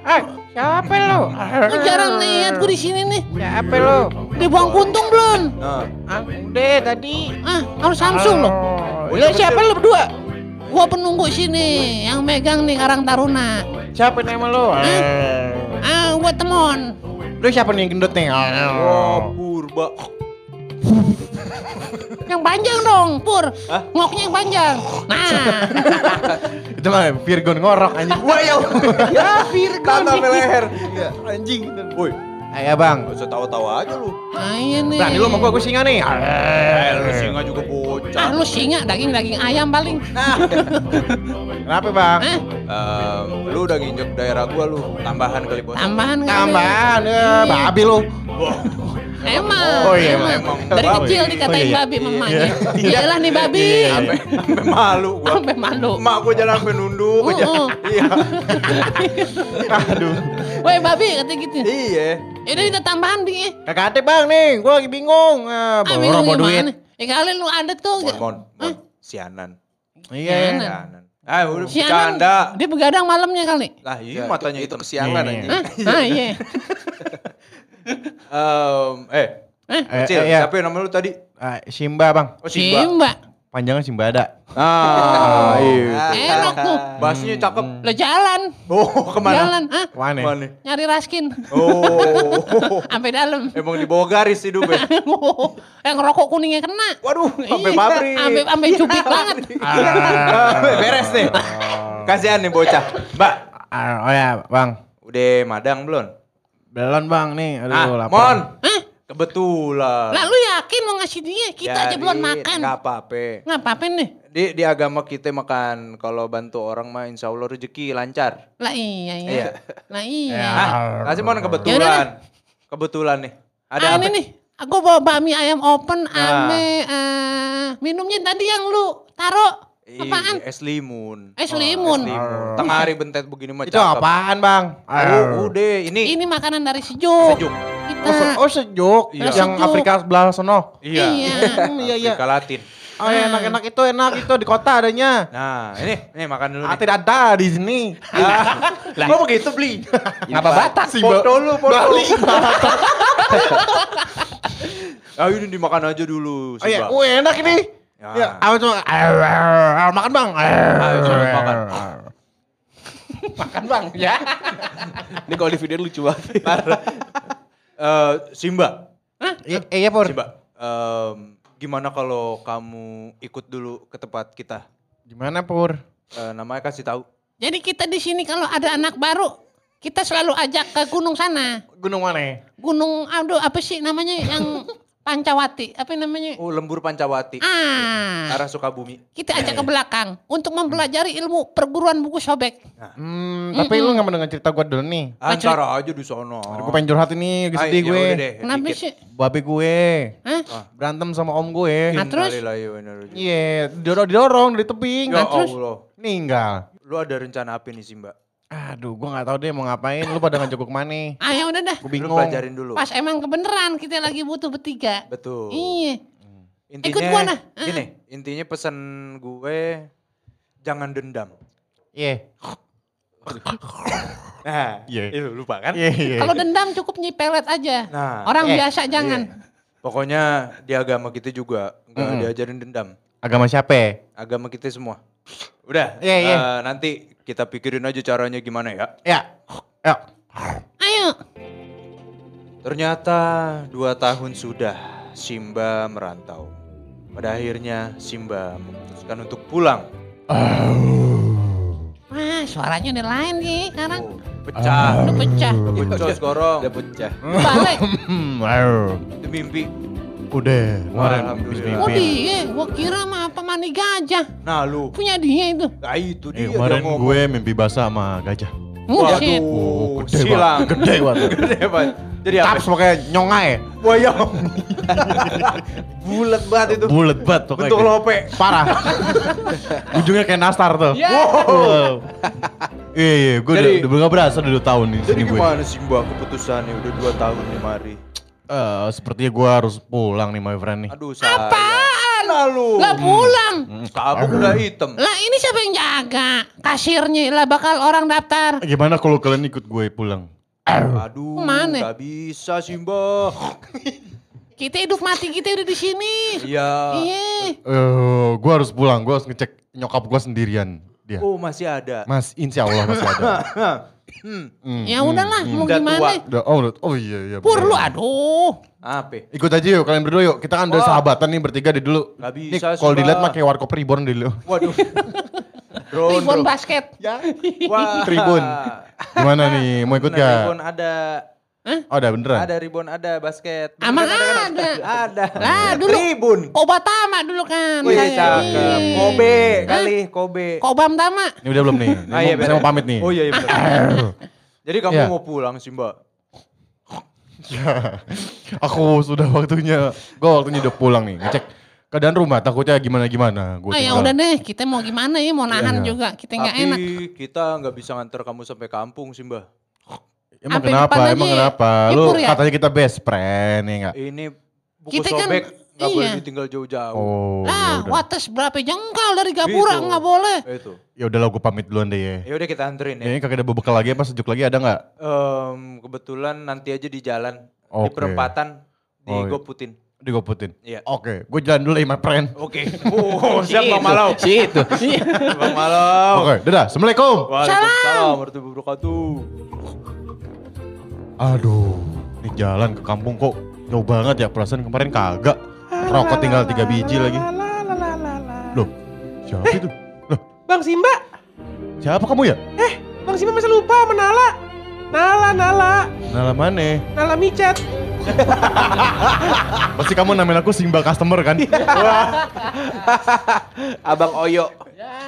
[SPEAKER 4] Eh, siapa lo?
[SPEAKER 5] Lo jarang lihat gue di sini nih.
[SPEAKER 4] Siapa lo?
[SPEAKER 5] Udah buang kuntung belum?
[SPEAKER 1] Nah,
[SPEAKER 4] Ah, udah tadi.
[SPEAKER 5] Ah, harus Samsung lo.
[SPEAKER 2] iya,
[SPEAKER 4] Lo siapa lo berdua?
[SPEAKER 5] Gua penunggu sini, yang megang nih Karang Taruna.
[SPEAKER 4] Siapa nama lo?
[SPEAKER 2] Eh.
[SPEAKER 5] Ah, gua temon.
[SPEAKER 2] Lu siapa nih yang gendut nih?
[SPEAKER 1] wah, purba.
[SPEAKER 5] Yang panjang dong, Pur. Ngoknya yang panjang. Nah,
[SPEAKER 2] Itu mah Virgon ngorok anjing.
[SPEAKER 1] Wah, ya.
[SPEAKER 4] Ya Virgo.
[SPEAKER 1] Tata leher.
[SPEAKER 5] Iya,
[SPEAKER 2] anjing.
[SPEAKER 1] Woi,
[SPEAKER 2] Ayo bang.
[SPEAKER 1] gak usah tawa-tawa aja lu.
[SPEAKER 5] ah, iya nih.
[SPEAKER 2] Berani lu sama gua, gua singa nih.
[SPEAKER 1] Eh, lu singa juga bocah.
[SPEAKER 5] Ah, lu singa, daging-daging ayam paling.
[SPEAKER 2] Kenapa bang?
[SPEAKER 5] Ah,
[SPEAKER 1] Em, lu udah nginjek daerah gua lu. Tambahan kali bos.
[SPEAKER 5] tambahan kali. Iya,
[SPEAKER 2] Tambahan, ya, babi lu.
[SPEAKER 5] Emang,
[SPEAKER 2] Oh, iya,
[SPEAKER 5] emang.
[SPEAKER 1] emang.
[SPEAKER 5] Dari
[SPEAKER 1] Babi.
[SPEAKER 5] kecil dikatain
[SPEAKER 2] Oh, iya.
[SPEAKER 5] babi mamanya.
[SPEAKER 2] Iya.
[SPEAKER 5] Iyalah nih babi.
[SPEAKER 2] Iya.
[SPEAKER 1] Sampai sampai malu gua.
[SPEAKER 5] Sampai malu.
[SPEAKER 1] Mak gua jalan sampai nunduk aja.
[SPEAKER 5] Oh, oh.
[SPEAKER 1] Iya.
[SPEAKER 2] Aduh.
[SPEAKER 5] Woi babi kata gitu.
[SPEAKER 1] Iya.
[SPEAKER 5] Ini kita tambahan ding. eh.
[SPEAKER 2] Kagak ada bang nih, gua lagi bingung. Eh,
[SPEAKER 5] Ah,
[SPEAKER 2] bawa
[SPEAKER 5] bingung
[SPEAKER 2] bawa duit.
[SPEAKER 5] gimana? Ya kali lu ada tuh.
[SPEAKER 1] Mon, mon, mon.
[SPEAKER 5] Hah?
[SPEAKER 1] Sianan.
[SPEAKER 2] Iya.
[SPEAKER 5] Gimana?
[SPEAKER 1] Sianan. Ah, udah
[SPEAKER 5] Si
[SPEAKER 1] bercanda.
[SPEAKER 5] Anang, dia begadang malamnya kali.
[SPEAKER 1] Lah, iya
[SPEAKER 6] Ya,
[SPEAKER 1] matanya
[SPEAKER 6] itu-
[SPEAKER 1] itu
[SPEAKER 6] itu kesiangan,
[SPEAKER 2] Iya.
[SPEAKER 1] anjing.
[SPEAKER 5] Hah? Ah, iya.
[SPEAKER 1] Em, eh,
[SPEAKER 5] Eh,
[SPEAKER 2] Eh,
[SPEAKER 1] kecil,
[SPEAKER 2] eh, iya.
[SPEAKER 1] siapa yang nama lu tadi?
[SPEAKER 2] Ah, Simba bang.
[SPEAKER 1] Oh, Simba.
[SPEAKER 5] Simba.
[SPEAKER 2] Panjangnya Simba ada.
[SPEAKER 1] Ah, iya.
[SPEAKER 5] Enak tuh.
[SPEAKER 1] Bahasnya cakep.
[SPEAKER 2] Hmm.
[SPEAKER 5] Lo jalan.
[SPEAKER 1] Oh, kemana?
[SPEAKER 5] Jalan. Hah?
[SPEAKER 2] Mana?
[SPEAKER 1] Kemana?
[SPEAKER 5] Nyari raskin.
[SPEAKER 1] Oh,
[SPEAKER 5] Sampai dalam.
[SPEAKER 2] Eh.
[SPEAKER 1] emang di bawah garis hidupnya.
[SPEAKER 5] Yang rokok kuningnya kena.
[SPEAKER 1] Waduh, sampai
[SPEAKER 5] Iya,
[SPEAKER 1] pabrik.
[SPEAKER 5] Sampai sampai cubit
[SPEAKER 2] Iya.
[SPEAKER 5] banget.
[SPEAKER 1] Ah, Beres nih.
[SPEAKER 5] Ah.
[SPEAKER 1] Kasihan nih bocah. Mbak,
[SPEAKER 2] Ah, oh ya bang.
[SPEAKER 1] udah madang belum?
[SPEAKER 2] Belon bang nih. Aduh,
[SPEAKER 1] Ah,
[SPEAKER 2] lapar.
[SPEAKER 1] Mon.
[SPEAKER 5] Hah?
[SPEAKER 1] Kebetulan.
[SPEAKER 5] Lah lu yakin mau ngasih dia? Kita aja belum makan.
[SPEAKER 1] Gak apa-apa.
[SPEAKER 5] Ngapa nih?
[SPEAKER 1] Di, di agama kita makan kalau bantu orang mah insya Allah rezeki lancar.
[SPEAKER 5] Lah iya iya.
[SPEAKER 1] Iya. Ah,
[SPEAKER 5] Lah iya.
[SPEAKER 1] Hah? Kasih mon
[SPEAKER 5] Yaudah
[SPEAKER 1] kebetulan. Kebetulan nih. Ada
[SPEAKER 5] Ya ah,
[SPEAKER 1] apa? Ah.
[SPEAKER 5] ini nih. Aku bawa bakmi ayam open ame eh, minumnya tadi yang lu taro
[SPEAKER 1] Ih,
[SPEAKER 5] apaan?
[SPEAKER 1] Es limun.
[SPEAKER 5] Es limun.
[SPEAKER 1] Limun. Tengah hari bentet begini mah
[SPEAKER 2] Itu apaan bang? Ah.
[SPEAKER 1] Oh, udah ini.
[SPEAKER 5] Ini makanan dari sejuk.
[SPEAKER 1] Sejuk.
[SPEAKER 2] Oh, se-
[SPEAKER 5] Kita.
[SPEAKER 2] oh, sejuk.
[SPEAKER 1] Iya.
[SPEAKER 2] Yang
[SPEAKER 5] Sejuk.
[SPEAKER 2] Afrika sebelah sono.
[SPEAKER 5] Iya.
[SPEAKER 2] Hmm, iya iya.
[SPEAKER 1] Afrika Latin.
[SPEAKER 2] Oh ya, enak-enak itu enak itu di kota adanya.
[SPEAKER 1] Nah, ini nih makan dulu
[SPEAKER 2] Ah,
[SPEAKER 1] nih.
[SPEAKER 2] tidak ada di sini.
[SPEAKER 1] Kok begitu
[SPEAKER 2] gitu,
[SPEAKER 1] beli?
[SPEAKER 3] Ngapa batak?
[SPEAKER 2] Si Ba-
[SPEAKER 1] Iya, Foto lu, foto. Ayo ini dimakan aja dulu,
[SPEAKER 2] Oh iya,
[SPEAKER 1] Simba.
[SPEAKER 2] uh, enak ini.
[SPEAKER 1] Ya.
[SPEAKER 2] Ya, apa cuma Arr, arr, arr, makan bang. Arr,
[SPEAKER 1] Ayo, suruh makan.
[SPEAKER 2] arr.
[SPEAKER 3] Kan bang, ya.
[SPEAKER 6] Ini kalau di video lucu banget.
[SPEAKER 1] Parah. Eh, Simba,
[SPEAKER 2] I- eh, Iya, Pur.
[SPEAKER 1] Simba. em, gimana kalau kamu ikut dulu ke tempat kita?
[SPEAKER 2] Gimana, Pur?
[SPEAKER 1] Eh, namanya kasih tahu.
[SPEAKER 5] Jadi kita di sini kalau ada anak baru kita selalu ajak ke gunung sana.
[SPEAKER 2] Gunung mana?
[SPEAKER 5] Gunung aduh apa sih namanya yang Pancawati apa namanya?
[SPEAKER 1] Oh, iya, Lembur Pancawati,
[SPEAKER 5] Ah,
[SPEAKER 1] arah Sukabumi.
[SPEAKER 5] kita ajak ke belakang untuk mempelajari ilmu perguruan buku sobek.
[SPEAKER 2] Hmm, tapi lu gak mendengar cerita gue dulu nih.
[SPEAKER 5] Nah,
[SPEAKER 1] Antara aja di sono.
[SPEAKER 2] Gue pengen curhat ini, lagi
[SPEAKER 1] Ay,
[SPEAKER 2] sedih
[SPEAKER 1] ya Oh.
[SPEAKER 2] gue.
[SPEAKER 1] udah deh,
[SPEAKER 5] Kenapa
[SPEAKER 1] dikit. Ah,
[SPEAKER 5] sih?
[SPEAKER 2] Babe gue
[SPEAKER 5] Hah?
[SPEAKER 2] berantem sama om gue.
[SPEAKER 1] Iya.
[SPEAKER 5] Nah, terus? nah,
[SPEAKER 1] Innalillahi wa inna ilaihi raji'un.
[SPEAKER 2] Iya, didorong didorong dari tebing.
[SPEAKER 1] Ya
[SPEAKER 5] terus?
[SPEAKER 1] Allah,
[SPEAKER 2] Ninggal.
[SPEAKER 1] lu ada rencana apa nih Simba?
[SPEAKER 2] Aduh, gue gak tahu deh mau ngapain. Lu pada ngajak gue
[SPEAKER 1] Oh.
[SPEAKER 2] kemana?
[SPEAKER 5] Ah ya udah dah.
[SPEAKER 2] Gue
[SPEAKER 1] Lu
[SPEAKER 2] bingung.
[SPEAKER 1] pelajarin dulu.
[SPEAKER 5] Pas emang kebeneran kita lagi butuh bertiga.
[SPEAKER 1] Betul.
[SPEAKER 5] Iya.
[SPEAKER 1] Intinya,
[SPEAKER 5] Ikut gua, nah. Ah.
[SPEAKER 1] Gini, intinya pesan gue jangan dendam.
[SPEAKER 2] Iya.
[SPEAKER 1] Nah,
[SPEAKER 2] Iya.
[SPEAKER 1] itu lupa kan?
[SPEAKER 2] Iya, iya.
[SPEAKER 5] Kalau dendam cukup nyipelet aja.
[SPEAKER 1] Nah,
[SPEAKER 5] Orang
[SPEAKER 2] eh,
[SPEAKER 5] biasa jangan.
[SPEAKER 1] Pokoknya di agama kita juga nggak
[SPEAKER 2] Mm-mm.
[SPEAKER 1] diajarin dendam.
[SPEAKER 2] Agama siapa? ya?
[SPEAKER 1] Agama kita semua. Udah,
[SPEAKER 2] Iya, iya.
[SPEAKER 1] eh, nanti kita pikirin aja caranya gimana ya.
[SPEAKER 2] Ya. Ya.
[SPEAKER 1] iya.
[SPEAKER 5] Ayo.
[SPEAKER 1] Ternyata dua tahun sudah Simba merantau. Pada akhirnya Simba memutuskan untuk pulang.
[SPEAKER 5] Wah, Ah, suaranya udah lain sih sekarang.
[SPEAKER 1] Oh,
[SPEAKER 6] Ah.
[SPEAKER 1] pecah.
[SPEAKER 5] Udah pecah.
[SPEAKER 1] Becos gorong.
[SPEAKER 8] Udah pecah.
[SPEAKER 1] Oh.
[SPEAKER 5] Balik.
[SPEAKER 6] Hmm, ayo.
[SPEAKER 1] Itu mimpi.
[SPEAKER 6] Udah, kemarin habis
[SPEAKER 1] Alhamdulillah.
[SPEAKER 5] Oh
[SPEAKER 6] mimpi.
[SPEAKER 5] dia, gua kira mah apa mandi gajah.
[SPEAKER 1] Nah lu.
[SPEAKER 5] Punya dia itu.
[SPEAKER 1] Nah itu
[SPEAKER 6] Eh,
[SPEAKER 1] dia.
[SPEAKER 6] kemarin
[SPEAKER 1] dia ngomong.
[SPEAKER 6] gue mimpi basah sama gajah.
[SPEAKER 5] Buset.
[SPEAKER 1] Waduh,
[SPEAKER 6] gede
[SPEAKER 1] silang.
[SPEAKER 6] banget. Gede banget.
[SPEAKER 1] Gede banget. Jadi apa?
[SPEAKER 6] Caps pakai nyongai.
[SPEAKER 1] Boyong. Bulat banget itu.
[SPEAKER 6] Bulet banget pokoknya.
[SPEAKER 1] Bentuk lope.
[SPEAKER 6] Parah. Ujungnya kayak nastar tuh. Wow. Iya, iya, gue udah,
[SPEAKER 1] Jadi-
[SPEAKER 6] udah gak berasa udah 2 tahun nih
[SPEAKER 1] Jadi
[SPEAKER 6] sini gue.
[SPEAKER 1] gimana Simba keputusannya udah 2 tahun nih mari.
[SPEAKER 6] Eh, sepertinya gue harus pulang nih my friend nih.
[SPEAKER 1] Aduh sayang. Apaan? Lalu.
[SPEAKER 5] Lah pulang.
[SPEAKER 1] Hmm. Sabuk udah hitam.
[SPEAKER 5] Lah ini siapa yang jaga? Kasirnya lah bakal orang daftar.
[SPEAKER 6] Gimana kalau kalian ikut gue pulang?
[SPEAKER 1] Aduh,
[SPEAKER 5] Mana?
[SPEAKER 1] gak bisa Simba.
[SPEAKER 5] Kita hidup mati kita udah di sini.
[SPEAKER 1] Iya.
[SPEAKER 5] Iya.
[SPEAKER 6] Eh, gue harus pulang, gue harus ngecek nyokap gue sendirian. Dia.
[SPEAKER 1] Oh masih ada.
[SPEAKER 6] Mas, insya Allah masih ada. Hmm,
[SPEAKER 5] Ya
[SPEAKER 6] hmm,
[SPEAKER 5] udahlah,
[SPEAKER 6] hmm.
[SPEAKER 5] mau
[SPEAKER 1] Udah tua.
[SPEAKER 5] gimana?
[SPEAKER 6] Udah, oh, udah- oh iya, iya.
[SPEAKER 5] Pur lu
[SPEAKER 6] bener.
[SPEAKER 5] aduh.
[SPEAKER 1] Apa?
[SPEAKER 6] Ikut aja yuk, kalian berdua yuk. Kita kan udah
[SPEAKER 1] Wah.
[SPEAKER 6] sahabatan nih bertiga di dulu.
[SPEAKER 1] Nggak bisa,
[SPEAKER 6] Nih, kalau
[SPEAKER 1] Sumba.
[SPEAKER 6] dilihat pakai warkop reborn dulu.
[SPEAKER 1] Waduh. drone,
[SPEAKER 5] Ribbon
[SPEAKER 1] drone.
[SPEAKER 5] basket.
[SPEAKER 1] Oh, Ya. Wah.
[SPEAKER 6] Tribun. Gimana nih, mau ikut
[SPEAKER 1] Bener,
[SPEAKER 6] gak?
[SPEAKER 1] Ribbon ada.
[SPEAKER 6] Oh, udah beneran.
[SPEAKER 1] Ada ribbon ada basket.
[SPEAKER 5] Emang ada.
[SPEAKER 1] Ada.
[SPEAKER 5] Lah, dulu-
[SPEAKER 1] Tribun.
[SPEAKER 5] Kobatama dulu kan.
[SPEAKER 1] Wih,
[SPEAKER 5] saya.
[SPEAKER 1] cakep.
[SPEAKER 5] Iya.
[SPEAKER 1] Kobe kali, Kobe.
[SPEAKER 5] Kobam Tama.
[SPEAKER 6] Ini udah belum nih? Ini
[SPEAKER 1] Ah, iya,
[SPEAKER 6] mau- saya
[SPEAKER 1] bener.
[SPEAKER 6] mau pamit nih.
[SPEAKER 1] Oh iya, iya bener. Jadi kamu
[SPEAKER 6] Iya.
[SPEAKER 1] mau pulang sih mbak? iya.
[SPEAKER 6] Ya, aku sudah waktunya. Gue waktunya udah pulang nih. Ngecek keadaan rumah takutnya gimana-gimana. Gue
[SPEAKER 5] Ah ya udah deh, kita mau gimana ya, mau nahan
[SPEAKER 6] Iya.
[SPEAKER 5] juga, kita
[SPEAKER 1] Tapi
[SPEAKER 5] nggak enak.
[SPEAKER 1] kita nggak bisa nganter kamu sampai kampung sih mbak.
[SPEAKER 6] Emang
[SPEAKER 5] Sampai
[SPEAKER 6] kenapa?
[SPEAKER 5] depan aja
[SPEAKER 6] Emang
[SPEAKER 5] ya.
[SPEAKER 6] kenapa?
[SPEAKER 5] Ya,
[SPEAKER 6] Lu
[SPEAKER 5] Pur, ya?
[SPEAKER 6] katanya kita best friend ya enggak?
[SPEAKER 1] Ini buku
[SPEAKER 5] Kita kan-
[SPEAKER 1] sobek nggak boleh
[SPEAKER 5] iya.
[SPEAKER 1] ditinggal jauh-jauh.
[SPEAKER 6] Oh,
[SPEAKER 5] Lah,
[SPEAKER 6] ya udah.
[SPEAKER 5] Ah, wates berapa jengkal dari Gapura
[SPEAKER 1] Gitu.
[SPEAKER 5] nggak boleh.
[SPEAKER 1] Itu.
[SPEAKER 6] Ya udah lah gue pamit duluan deh ya.
[SPEAKER 1] Ya udah kita anterin ya.
[SPEAKER 6] Ini kagak ada bekal lagi apa sejuk lagi ada enggak?
[SPEAKER 1] Em, kebetulan nanti aja di jalan di
[SPEAKER 6] Oke.
[SPEAKER 1] perempatan di
[SPEAKER 6] Oh, iya.
[SPEAKER 1] Goputin.
[SPEAKER 6] Di gue putin.
[SPEAKER 1] Iya.
[SPEAKER 6] Oke, gue jalan dulu ya my friend.
[SPEAKER 1] Oke. Oh, siap Bang Malau.
[SPEAKER 9] Situ.
[SPEAKER 1] Bang Malau.
[SPEAKER 6] Oke, dadah. Assalamualaikum.
[SPEAKER 1] Waalaikumsalam warahmatullahi wabarakatuh.
[SPEAKER 6] Aduh, ini jalan ke kampung kok jauh banget ya perasaan kemarin kagak. Rokok tinggal tiga biji lagi. Loh, siapa itu? Loh,
[SPEAKER 4] Bang Simba,
[SPEAKER 6] siapa kamu ya?
[SPEAKER 4] eh Bang Simba masa lupa sama Nala? Nala, Nala,
[SPEAKER 6] Nala mana?
[SPEAKER 4] Nala micet.
[SPEAKER 6] Pasti kamu namain aku Simba Customer kan?
[SPEAKER 8] Abang Oyo.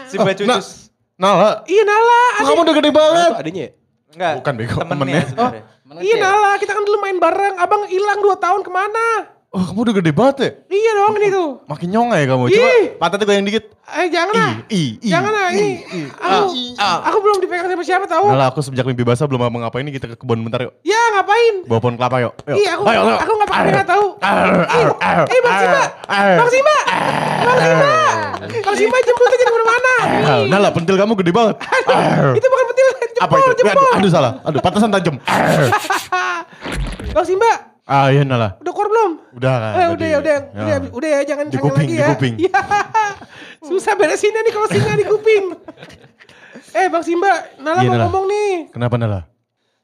[SPEAKER 1] Simba
[SPEAKER 6] Oh,
[SPEAKER 1] Cucus.
[SPEAKER 6] Na- Nala,
[SPEAKER 4] Iya Nala,
[SPEAKER 6] kok kamu udah gede banget.
[SPEAKER 8] Adanya ya?
[SPEAKER 1] Enggak.
[SPEAKER 6] Bukan, Bego,
[SPEAKER 1] Temennya
[SPEAKER 6] temennya. Oh.
[SPEAKER 1] sebenarnya.
[SPEAKER 4] iya Nala, kita kan dulu main bareng. Abang hilang 2 tahun kemana?
[SPEAKER 6] Oh, kamu udah gede banget ya?
[SPEAKER 4] Iya dong ini tuh.
[SPEAKER 6] Makin nyonga ya kamu. Coba
[SPEAKER 4] Ih.
[SPEAKER 6] pantatnya goyang dikit.
[SPEAKER 4] Eh jangan lah.
[SPEAKER 6] I, i, i,
[SPEAKER 4] Jangan lah
[SPEAKER 6] i,
[SPEAKER 4] ini.
[SPEAKER 6] i. Ah.
[SPEAKER 4] Aku, aku belum dipegang sama siapa tahu.
[SPEAKER 6] Nala, aku semenjak mimpi basah belum ngapa-ngapain nih kita ke kebun bentar yuk.
[SPEAKER 4] Ya ngapain?
[SPEAKER 6] Bawa pohon kelapa yuk. Yuk.
[SPEAKER 4] Iya aku
[SPEAKER 6] Ayo, ayo.
[SPEAKER 4] aku nggak pernah tahu.
[SPEAKER 6] Arr,
[SPEAKER 4] Ih,
[SPEAKER 6] arr, arr,
[SPEAKER 4] Eh Bang Simba,
[SPEAKER 6] arr.
[SPEAKER 4] Bang Simba, Bang Simba, Bang Simba jemput aja di mana?
[SPEAKER 6] Ah, Nala, pentil kamu gede banget. Arr.
[SPEAKER 4] Itu bukan petil, jempol,
[SPEAKER 6] Apa itu? Aduh,
[SPEAKER 4] jempol.
[SPEAKER 6] aduh salah. Aduh, pantasan tajam. Arr.
[SPEAKER 4] Bang Simba,
[SPEAKER 6] ah, iya Nala.
[SPEAKER 4] Udah keluar belum?
[SPEAKER 6] Udah kan.
[SPEAKER 4] Eh, udah
[SPEAKER 6] tadi.
[SPEAKER 4] ya, udah,
[SPEAKER 6] Ya.
[SPEAKER 4] udah, udah ya, jangan
[SPEAKER 6] Di
[SPEAKER 4] kangen
[SPEAKER 6] kuping,
[SPEAKER 4] lagi
[SPEAKER 6] di
[SPEAKER 4] ya.
[SPEAKER 6] kuping.
[SPEAKER 4] Iya. Susah beresinnya nih kalau singa di kuping. eh, Bang Simba, Nala
[SPEAKER 6] Iya,
[SPEAKER 4] mau
[SPEAKER 6] Nala.
[SPEAKER 4] ngomong nih.
[SPEAKER 6] Kenapa Nala?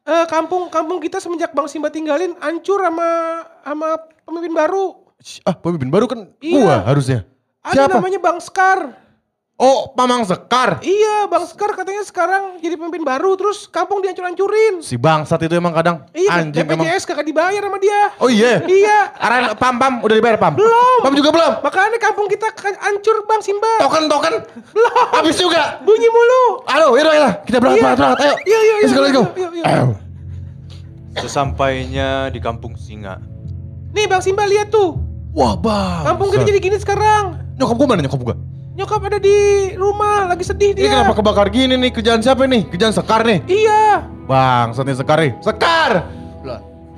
[SPEAKER 4] Eh, kampung kampung kita semenjak Bang Simba tinggalin hancur sama sama pemimpin baru.
[SPEAKER 6] Sh, Ah, pemimpin baru kan
[SPEAKER 4] Iya.
[SPEAKER 6] gua harusnya.
[SPEAKER 4] Ada
[SPEAKER 6] Siapa?
[SPEAKER 4] namanya Bang Skar.
[SPEAKER 6] Oh, Mamang Sekar.
[SPEAKER 4] Iya, Bang Skar katanya sekarang jadi pemimpin baru terus kampung dihancur-hancurin.
[SPEAKER 6] Si bangsat itu emang kadang
[SPEAKER 4] Iya,
[SPEAKER 6] anjing emang.
[SPEAKER 4] BPJS kagak dibayar sama dia.
[SPEAKER 6] Oh iya.
[SPEAKER 4] Iya,
[SPEAKER 6] Aran pam pam udah dibayar pam.
[SPEAKER 4] Belum.
[SPEAKER 6] Pam juga belum.
[SPEAKER 4] makanya kampung kita kan hancur Bang Simba.
[SPEAKER 6] Token token
[SPEAKER 4] Belum.
[SPEAKER 6] habis juga.
[SPEAKER 4] Bunyi mulu.
[SPEAKER 6] Halo, yaudah yaudah kita berangkat
[SPEAKER 4] Iya.
[SPEAKER 6] berangkat berangkat ayo.
[SPEAKER 4] Iya, iya, iya,
[SPEAKER 6] Let's go let's go.
[SPEAKER 4] iya, iya, iya.
[SPEAKER 6] Ayo.
[SPEAKER 1] Sesampainya di kampung singa.
[SPEAKER 4] Nih Bang Simba lihat tuh.
[SPEAKER 6] Wah bang.
[SPEAKER 4] Kampung kita jadi gini sekarang.
[SPEAKER 6] Nyokap gua mana nyokap gua?
[SPEAKER 4] Nyokap ada di rumah, lagi sedih
[SPEAKER 6] Ini
[SPEAKER 4] dia.
[SPEAKER 6] kenapa kebakar gini nih? Kerjaan siapa nih? Kerjaan Sekar nih.
[SPEAKER 4] Iya.
[SPEAKER 6] Bang, saatnya Sekar nih. Sekar!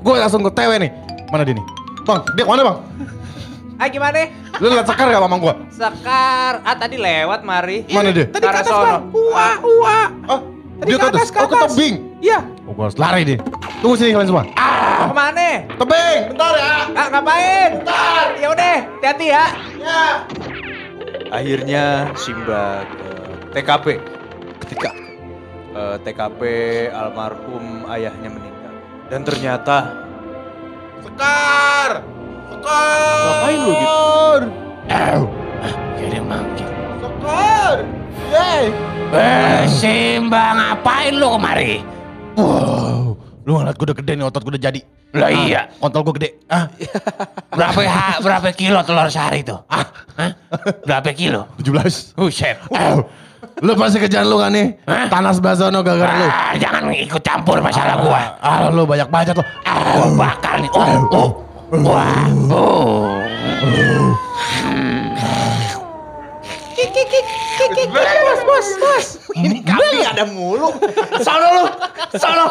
[SPEAKER 6] Gue langsung ke TW nih. Mana dia nih? Bang, dia kemana bang?
[SPEAKER 8] Ah gimana?
[SPEAKER 6] Lu liat Sekar gak mamang gua?
[SPEAKER 8] Sekar. Ah tadi lewat mari.
[SPEAKER 6] Mana
[SPEAKER 4] iya.
[SPEAKER 6] dia?
[SPEAKER 4] Tadi ke atas
[SPEAKER 8] Karasono.
[SPEAKER 4] Bang. Ua, ua.
[SPEAKER 6] Oh,
[SPEAKER 4] Tadi
[SPEAKER 6] dia
[SPEAKER 4] ke
[SPEAKER 6] ke atas.
[SPEAKER 4] atas, ke
[SPEAKER 6] Oh, ke
[SPEAKER 4] atas.
[SPEAKER 6] tebing.
[SPEAKER 4] Iya.
[SPEAKER 6] Oh, gua harus lari deh. Tunggu sini kalian semua. Ah,
[SPEAKER 8] Kemana?
[SPEAKER 6] tebing! Bentar ya!
[SPEAKER 8] Ah ngapain? Bentar. Ya udah, hati-hati ya.
[SPEAKER 1] Akhirnya Simba ke TKP. Ketika eh, TKP almarhum ayahnya meninggal. Dan ternyata
[SPEAKER 6] Sekar! Sekar!
[SPEAKER 1] Ngapain lu
[SPEAKER 6] gitu?
[SPEAKER 3] Au. Ah, Jadi manggil.
[SPEAKER 6] Dokter! Yeay!
[SPEAKER 3] Eh, Simba ngapain lu kemari?
[SPEAKER 6] Wow, lu ngeliat gue udah gede nih otot gue udah jadi.
[SPEAKER 3] Lah iya.
[SPEAKER 6] Kontol gue gede. Ah,
[SPEAKER 3] Berapa ha, berapa kilo telur sehari tuh? Ah, hah? berapa kilo? Ah,
[SPEAKER 6] 17.
[SPEAKER 3] Buset.
[SPEAKER 6] Wow. Lu pasti kejar lu kan nih?
[SPEAKER 3] Hah?
[SPEAKER 6] Tanah sebelah sono gara-gara lu.
[SPEAKER 3] Ah, jangan ikut campur masalah gua.
[SPEAKER 6] Ah, lu banyak banget lu.
[SPEAKER 3] Ah, gua bakal nih. Oh, oh. Wah, oh.
[SPEAKER 2] Bos, bos, bos.
[SPEAKER 10] Ini kambing ada mulu.
[SPEAKER 3] Sono lu, sono.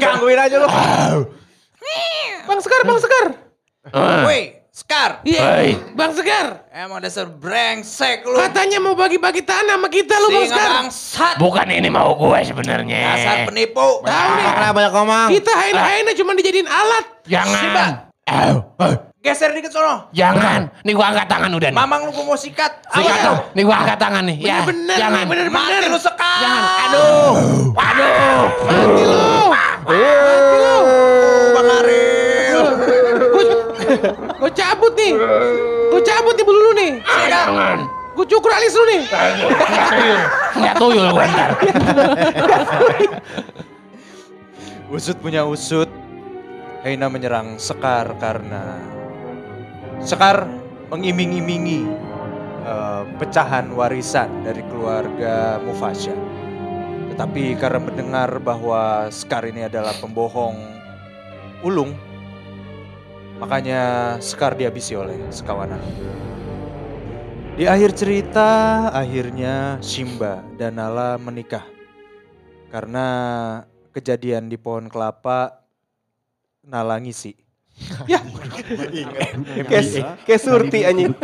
[SPEAKER 10] Gangguin aja lu.
[SPEAKER 2] Bang Sekar, Bang Sekar.
[SPEAKER 3] Eh,
[SPEAKER 10] Woi, Scar.
[SPEAKER 2] Iya,
[SPEAKER 3] Hei.
[SPEAKER 2] Bang Sekar.
[SPEAKER 10] Emang dasar brengsek lu.
[SPEAKER 2] Katanya mau bagi-bagi tanah sama kita lu, Bang
[SPEAKER 10] Singa
[SPEAKER 2] Sekar.
[SPEAKER 10] bangsat.
[SPEAKER 3] bukan ini mau gue sebenarnya.
[SPEAKER 10] Dasar penipu.
[SPEAKER 2] Tahu nih,
[SPEAKER 6] banyak ngomong?
[SPEAKER 2] kita hain-hainnya cuma dijadiin alat.
[SPEAKER 10] Simba.
[SPEAKER 3] Jangan. Au, au.
[SPEAKER 10] Geser dikit sono.
[SPEAKER 3] Jangan. Nih gua angkat tangan udah nih.
[SPEAKER 10] Mamang lu gua mau sikat.
[SPEAKER 3] Sikat
[SPEAKER 10] Awas. Iya.
[SPEAKER 3] dong. Nih gua angkat tangan nih. Ya,
[SPEAKER 2] Bener-bener,
[SPEAKER 3] jangan.
[SPEAKER 2] bener-bener.
[SPEAKER 10] Mati lu Sekar.
[SPEAKER 3] Jangan. Aduh. Aduh.
[SPEAKER 2] Eh.
[SPEAKER 10] Bang Arif.
[SPEAKER 2] Gue cabut nih. Gue cabut nih bulu lu nih.
[SPEAKER 10] Sikat.
[SPEAKER 3] Jangan.
[SPEAKER 2] Gue cukur alis lu nih.
[SPEAKER 3] Nggak tuyul gua ntar.
[SPEAKER 1] Usut punya usut, Heina menyerang Sekar karena Sekar mengiming-imingi eh, pecahan warisan dari keluarga Mufasya. Tetapi karena mendengar bahwa Sekar ini adalah pembohong ulung, makanya Sekar dihabisi oleh sekawanan. Di akhir cerita, akhirnya Simba dan Nala menikah. Karena kejadian di pohon kelapa Nala ngisi.
[SPEAKER 11] Kes, kesurti anjing.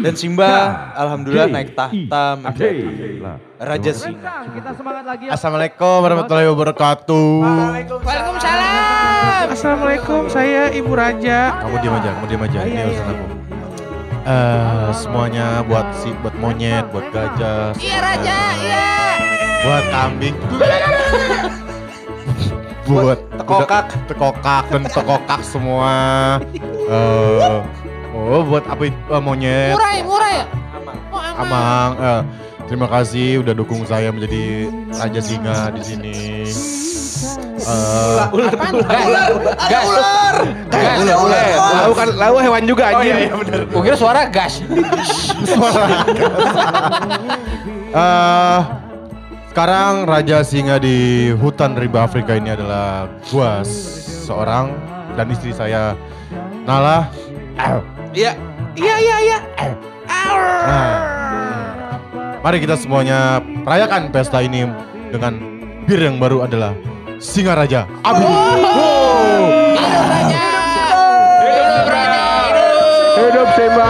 [SPEAKER 1] Dan Simba alhamdulillah naik tahta menjadi Raja Singa.
[SPEAKER 6] Assalamualaikum warahmatullahi wabarakatuh.
[SPEAKER 2] Waalaikumsalam. Assalamualaikum, saya Ibu Raja.
[SPEAKER 6] Kamu diam aja, kamu diam aja. Ini urusan aku. Eh, semuanya buat si buat monyet, buat gajah,
[SPEAKER 5] Iya Raja, iya.
[SPEAKER 6] buat kambing. buat
[SPEAKER 1] tekokak.
[SPEAKER 6] kuda- tekokak dan tekokak semua. Eh, oh buat apa itu? Eh, monyet,
[SPEAKER 5] Murah ya, murah ya. Oh, aman.
[SPEAKER 6] amang. Eh, terima kasih udah dukung saya menjadi raja singa di sini. Eh,
[SPEAKER 10] Ada ular.
[SPEAKER 11] Eh,
[SPEAKER 10] Ada ular.
[SPEAKER 11] Lau kan lau hewan juga anjing.
[SPEAKER 3] Gua kira suara gas.
[SPEAKER 6] suara Eh, sekarang raja singa di hutan rimba Afrika ini adalah gua seorang dan istri saya Nala.
[SPEAKER 2] Iya. Iya, iya, iya.
[SPEAKER 6] Nah, mari kita semuanya merayakan pesta ini dengan bir yang baru adalah Singa Raja Abu.
[SPEAKER 5] Hidup Raja. Hidup Raja.
[SPEAKER 11] Hidup Simba.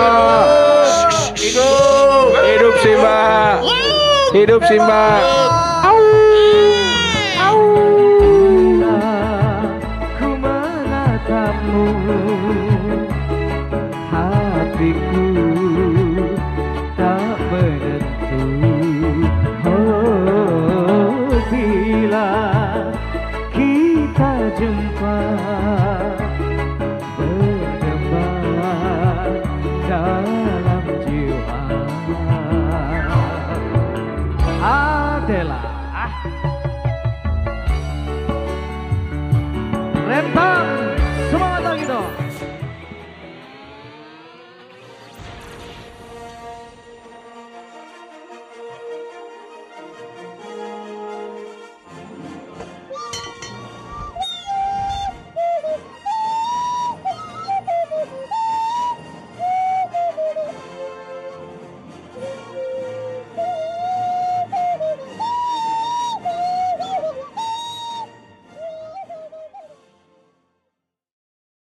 [SPEAKER 11] Hidup Simba. Hidup Simba.
[SPEAKER 4] Ku menatapmu Hatiku tak menentu Oh, bila kita jumpa Berdebar dalam jiwa Adalah